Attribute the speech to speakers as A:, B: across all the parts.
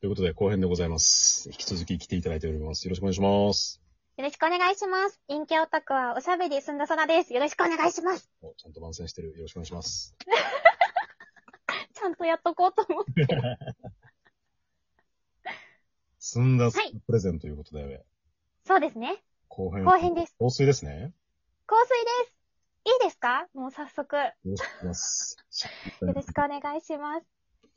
A: ということで、後編でございます。引き続き来ていただいております。よろしくお願いします。
B: よろしくお願いします。陰キャオタクはおしゃべりすんだそらです。よろしくお願いします。
A: おちゃんと番宣してる。よろしくお願いします。
B: ちゃんとやっとこうと思って。
A: すんだ
B: はい
A: プレゼンということで、
B: そうですね。
A: 後編。
B: 後編です。
A: 香水ですね。
B: 香水です。いいですかもう早速。よ
A: よろしくお願いします。
B: ろしくお願いします。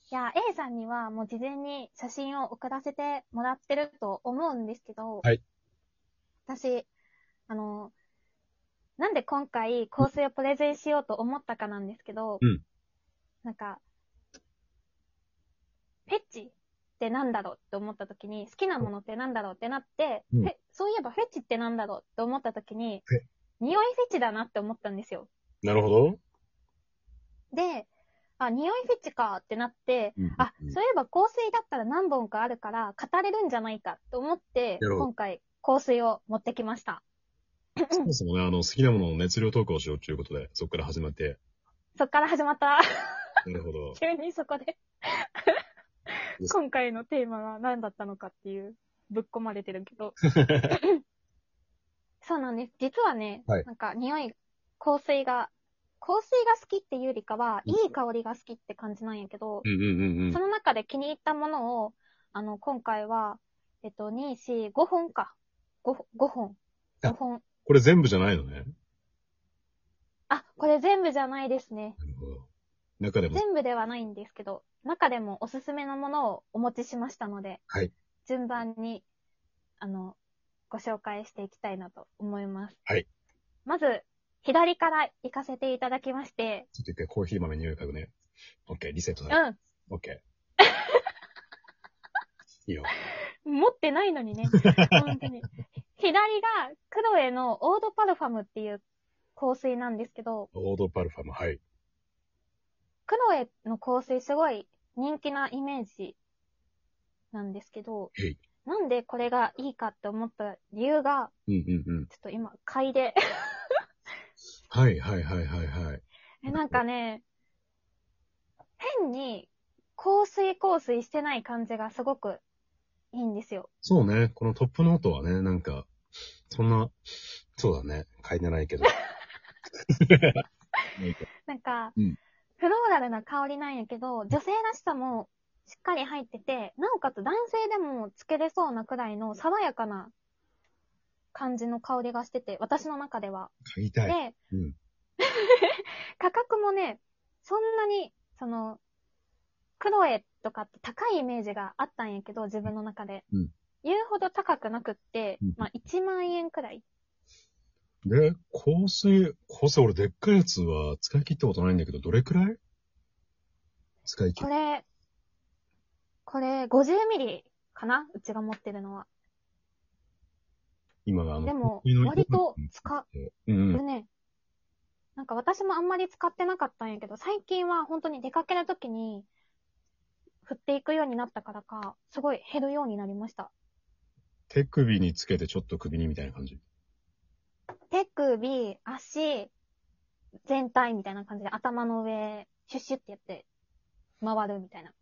B: いや、A さんにはもう事前に写真を送らせてもらってると思うんですけど。
A: はい。
B: 私、あの、なんで今回香水をプレゼンしようと思ったかなんですけど。
A: うん
B: なんか、フェッチってなんだろうって思った時に、好きなものってなんだろうってなって、
A: うん
B: フェそういえばフェチってなんだろうって思った時に
A: え、
B: 匂いフェチだなって思ったんですよ。
A: なるほど。
B: で、あ、匂いフェチかってなって、
A: うん
B: あ、そういえば香水だったら何本かあるから語れるんじゃないかと思って、
A: なるほど
B: 今回香水を持ってきました。
A: そもそもね、あの、好きなものの熱量投稿をしようということで、そこから始まって。
B: そっから始ま った。
A: なるほど。。
B: 急にそこで今回のテーマが何だったのかっていう、ぶっ込まれてる けど。そうなんです。実はね、
A: はい
B: なんか匂い、香水が、香水が好きっていうよりかは、
A: うん
B: いい香りが好きって感じなんやけど
A: う、んうんうん
B: その中で気に入ったものを、あの、今回は、えっと、2、4、5本か。5, 5本。
A: あ
B: 5本。
A: これ全部じゃないのね。
B: あ、これ全部じゃないですね。
A: なるほど。中でも、
B: 全部ではないんですけど、中でもおすすめのものをお持ちしましたので、
A: はい
B: 順番に、あの、ご紹介していきたいなと思います。
A: はい
B: まず、左から行かせていただきまして、
A: ちょっと一回コーヒー豆匂い嗅ぐね。オッケー、リセットだ。
B: う
A: オッケー。いいよ。
B: ん、持ってないのにね、本当に。左が、クロエのオードパルファムっていう香水なんですけど、
A: オードパルファム、はい。
B: クロエの香水すごい人気なイメージなんですけど
A: へい、
B: なんでこれがいいかって思った理由が、
A: うんうんうん。
B: ちょっと今、嗅いで。
A: はいはいはいはいはい。
B: え、なんかね、変に香水香水してない感じがすごくいいんですよ。
A: そうね、このトップノートはね、なんか、そんな、そうだね、嗅いで ないけど。なんか
B: なんか、
A: うん
B: フローラルな香りなんやけど、女性らしさもしっかり入ってて、なおかつ男性でもつけれそうなくらいの爽やかな感じの香りがしてて、私の中では。
A: 嗅いたい。
B: で、
A: うん。
B: 価格もね、そんなに、その、クロエとかって高いイメージがあったんやけど、自分の中で。
A: うん
B: 言うほど高くなくって
A: うん、
B: まあ1万円くらい。
A: で、香水、香水俺でっかいやつは使い切ったことないんだけど、どれくらい使い切
B: こ
A: っ
B: れ、これ50ミリかなうちが持ってるのは。
A: 今があの、
B: で
A: 香
B: も
A: 水、の
B: 割と使
A: うんう。
B: うんね。なんか私もあんまり使ってなかったんやけど、最近は本当に出かけるときに振っていくようになったからか、すごい減るようになりました。
A: 手首につけてちょっと首にみたいな感じ。
B: 手首、足、全体みたいな感じで頭の上、シュッシュってやって、回るみたいな。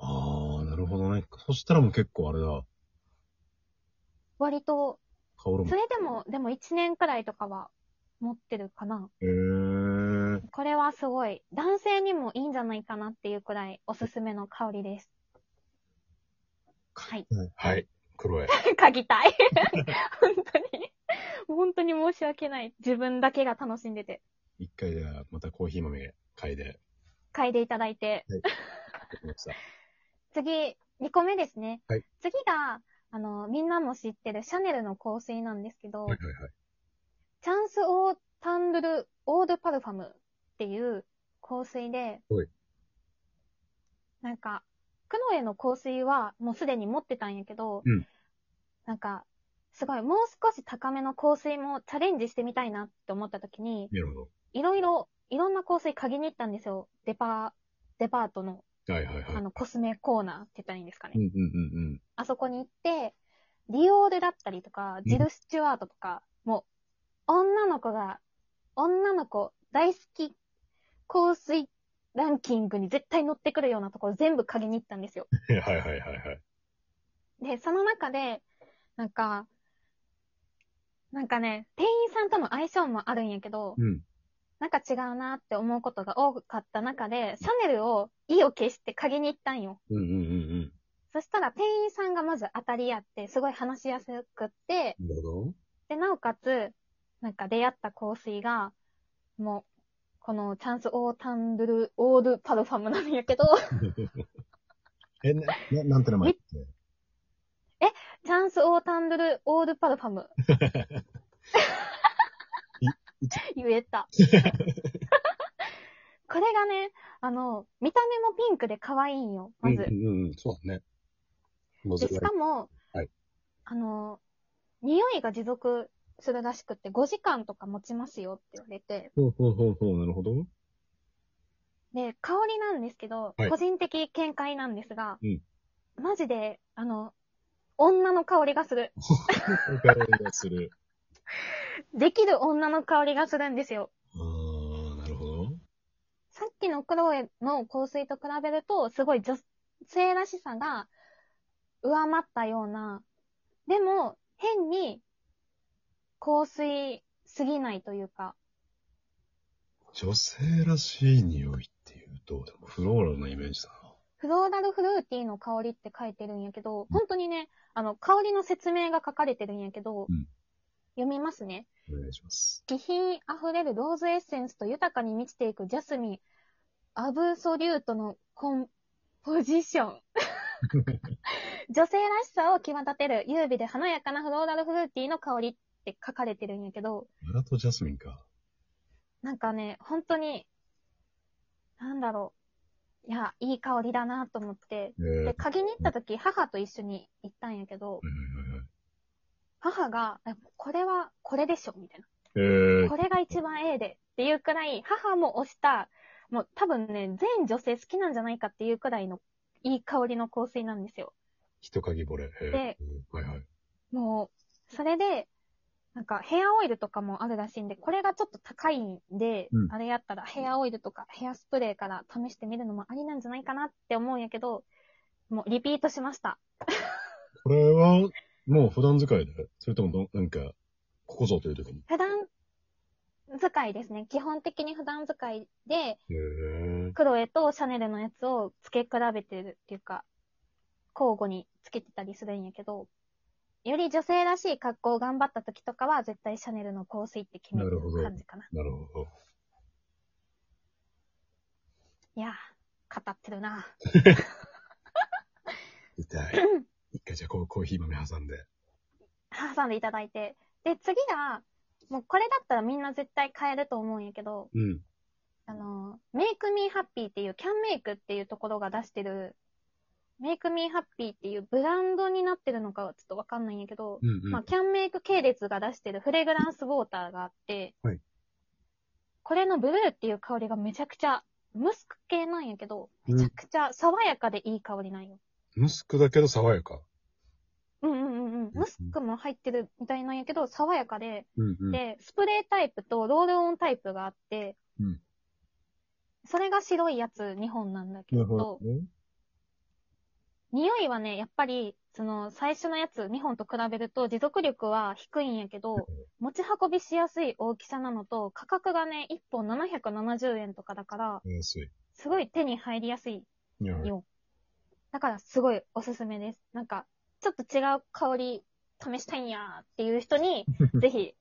A: ああ、なるほどね。そしたらもう結構あれだ、
B: 割と、
A: 香るもん。
B: そ
A: へ
B: れでも、でも1年くらいとかは持ってるかな。
A: えー。
B: これはすごい、男性にもいいんじゃないかなっていうくらいおすすめの香りです。はい。
A: はい。黒へ。
B: 嗅ぎたい。本当に。本当に申し訳ない。自分だけが楽しんでて。
A: 一回じゃあ、またコーヒー豆嗅いで、
B: 嗅いでいただいて。
A: やってました。
B: 次、2個目ですね。
A: はい
B: 次が、あの、みんなも知ってるシャネルの香水なんですけど、
A: はいはいはい。
B: チャンス・オー・タンドゥル・オード・パルファムっていう香水で
A: はい、
B: なんか、クノエの香水はもうすでに持ってたんやけど、
A: うん
B: なんか、すごい、もう少し高めの香水もチャレンジしてみたいなって思った時に、
A: なるほ
B: いろいろ、いろんな香水嗅ぎに行ったんですよ。デパ、デパートの、
A: ど。はいはいはい。
B: あの、コスメコーナーって言ったらいいんですかね
A: うん。うんうんうん。
B: あそこに行って、ディオールだったりとか、ジル・スチュワートとか、もう、女の子が、女の子大好き香水ランキングに絶対乗ってくるようなところ全部嗅ぎに行ったんですよ。
A: はいはいはいはい。
B: で、その中で、なんか、なんかね、店員さんとの相性もあるんやけど、
A: うん。
B: なんか違うなって思うことが多かった中で、シャネルを意を決して嗅ぎに行ったんよ。
A: うんうんうん
B: そしたら店員さんがまず当たり合って、すごい話しやすくって、
A: うん。なるほど。
B: で、なおかつ、なんか出会った香水が、もう、このチャンスオータンドゥルオールパルファムなんやけど、
A: え、な、ななんて名前だっ
B: チャンスオータンドゥルオールパルファム。言え た。これがね、あの、見た目もピンクで可愛いんよ、
A: け
B: まず。
A: うんうんうん。そうだね。も
B: で、しかも、
A: はい
B: あの、匂いが持続するらしくって、5時間とか持ちますよって言われて、
A: ほうほうほうほう、なるほど。
B: で、香りなんですけど、
A: はい
B: 個人的見解なんですが、
A: うん
B: マジで、あの、女の香りがする。
A: 香りがする。
B: できる女の香りがするんですよ。
A: あー、なるほど。
B: さっきのクロエの香水と比べると、すごい女性らしさが上回ったような、でも、変に香水すぎないというか、
A: 女性らしい匂いっていうと、でもフローラルなイメージだ
B: フローラルフルーティーの香りって書いてるんやけど、本当にね、あの、香りの説明が書かれてるんやけど、
A: うん
B: 読みますね。
A: な。お願いします。
B: 気品あふれるローズエッセンスと豊かに満ちていくジャスミン、アブソリュートのコンポジシ ョン。女性らしさを際立てる優美で華やかなフローラルフルーティーの香りって書かれてるんやけど、
A: バラとジャスミンか。
B: なんかね、本当に、なんだろう。いや、いい香りだなと思って、
A: えー、はいは
B: で、鍵に行った時、母と一緒に行ったんやけど、
A: いはいはい。
B: 母が、えこれはこれでしょみたい
A: え
B: な。
A: ー、
B: これが一番ええで。っていうくらい、母も推した、もう多分ね、全女性好きなんじゃないかっていうくらいの、いい香りの香水なんですよ。
A: 人影惚れ。えー、
B: で
A: はいはい。
B: もう、それで、なんかヘアオイルとかもあるらしいんで、これがちょっと高いんで、
A: うん
B: あれやったらヘアオイルとかヘアスプレーから試してみるのもありなんじゃないかなって思うんやけど、もうリピートしました。
A: これは、もう普段使いで、それともど、なんか、ここぞという時に。
B: 普段使いですね。基本的に普段使いで、
A: えー、
B: クロエとシャネルのやつを付け比べてるっていうか、交互につけてたりするんやけど、より女性らしい格好を頑張った時とかは絶対シャネルの香水って決めてる感じかな。
A: なるほど。
B: いやー、語ってるな。
A: 痛い。一回じゃあコーコーヒー豆挟んで。
B: 挟んでいただいて。で、次が、もうこれだったらみんな絶対買えると思うんやけど、
A: うん。
B: あの、メイクミーハッピーっていう、キャンメイクっていうところが出してる、メイクミーハッピーっていうブランドになってるのかはちょっとわかんないんやけど、
A: うんうん。
B: まあ、キャンメイク系列が出してるフレグランスウォーターがあって、
A: はい
B: これのブルーっていう香りがめちゃくちゃ、ムスク系なんやけど、
A: う
B: めちゃ
A: ん
B: くちゃ爽やかでいい香りなんよ。
A: ムスクだけど爽やか。
B: うんうんうんうん。ムスクも入ってるみたいなんやけど、爽やかで、
A: うんう
B: で、スプレータイプとロールオンタイプがあって、
A: うん
B: それが白いやつ2本なんだけ
A: なるほど
B: ど、。匂いはね、やっぱり、その、最初のやつ2本と比べると持続力は低いんやけど、持ち運びしやすい大きさなのと、価格がね、1本770円とかだから、
A: 安い。
B: すごい手に入りやすい
A: いや
B: よ。だからすごいおすすめです。なんか、ちょっと違う香り試したいんやーっていう人に、 ぜひ、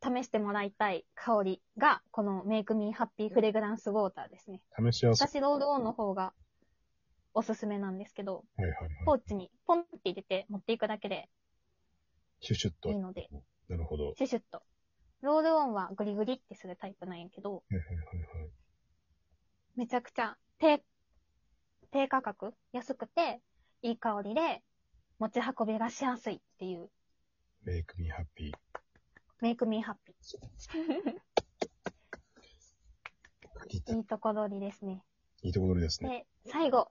B: 試してもらいたい香りが、このメイクミーハッピーフレグランスウォーターですね。
A: 試しやすい。
B: 私、ロールオンの方がおすすめなんですけど、
A: はいはいはい。
B: ポーチにポンって入れて持っていくだけで
A: シュシュッと
B: いい。ので、
A: なるほど。
B: シュシュッと。ロールオンはグリグリってするタイプなんやけど、
A: はいはいはい。
B: めちゃくちゃ低、低価格、安くて、いい香りで、持ち運びがしやすいっていう、
A: メイクミーハッピー。
B: メイクミーハッピ
A: いい
B: ー。いいとこ取りですね。
A: いいところですね。
B: で、最後。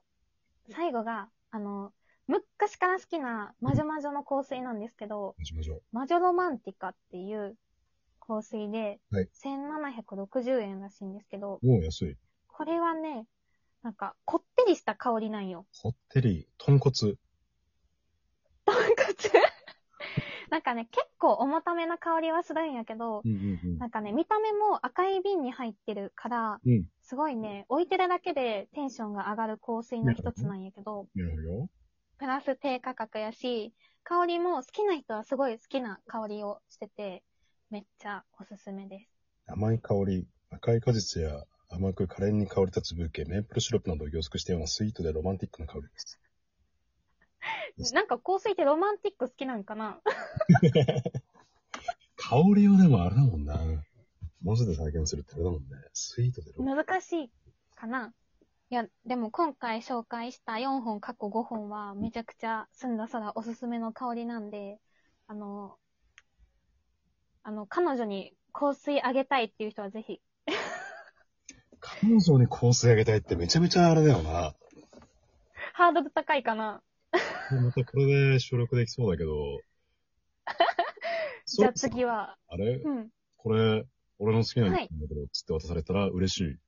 B: 最後が、あの、昔から好きな魔女魔女の香水なんですけど、
A: 行きましょう。
B: 魔女ロマンティカっていう香水で
A: はい、
B: 1760円らしいんですけど、
A: もう安い。
B: これはね、なんか、こってりした香りなんよ。
A: ほってり、豚骨。
B: つ なんかね、結構重ためな香りはするんやけど、
A: うんうん
B: なんかね、見た目も赤い瓶に入ってるから、
A: うん。うん。
B: すごいね、置いてるだけでテンションが上がる香水の一つなんやけど、
A: なるほど。
B: プラス低価格やし、香りも好きな人はすごい好きな香りをしてて、めっちゃおすすめです。
A: 甘い香り、赤い果実や甘く可憐に香り立つブーケ、メープルシロップなどを凝縮したようなスイートでロマンティックな香りです。です
B: なんか香水ってロマンティック好きなんかな
A: 香りはでもあれだもんな。文字で再現するってあれだもんね。スイートでロマン
B: 難しいかないや、でも今回紹介した4本、過去5本はめちゃくちゃ澄んだ空おすすめの香りなんで、あの、あの、彼女に香水あげたいっていう人はぜひ、
A: 彼女に香水あげたいってめちゃめちゃあれだよな。
B: ハードル高いかな
A: またこれで収録できそうだけど。
B: じゃあ次は、
A: あれ
B: うん。
A: これ、俺の好きなの
B: は
A: なんだ
B: い
A: けど、つって渡されたら嬉しい。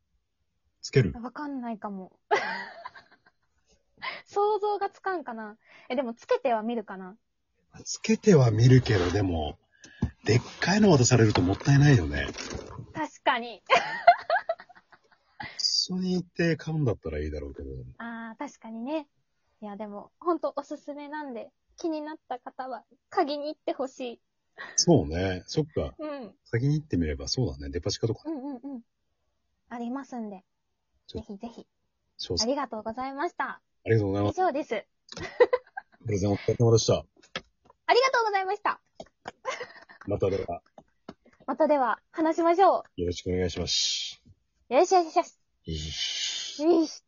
A: つける
B: わかんないかも。想像がつかんかなえ、でもつけては見るかな
A: つけては見るけど、でも、でっかいの渡されるともったいないよね。
B: 確かに。
A: 一緒に行って買うんだったらいいだろうけど。
B: ああ、確かにね。いや、でも、ほんとおすすめなんで、気になった方は、鍵に行ってほしい。
A: そうね。そっか。
B: うん。うん
A: 先に行ってみればそうだね。デパ地下とか、
B: うんうん。ありますんで。
A: ちょ
B: ぜひぜひ。
A: 詳
B: あ
A: 細。
B: りがとうございました。
A: ありがとうございま
B: 以
A: す。
B: 上です。
A: プレゼンお疲れ様でした。
B: ありがとうございました。
A: またでは、
B: またでは、話しましょ
A: よろしくお願いします。
B: う。よしよしよし。
A: いい
B: よし。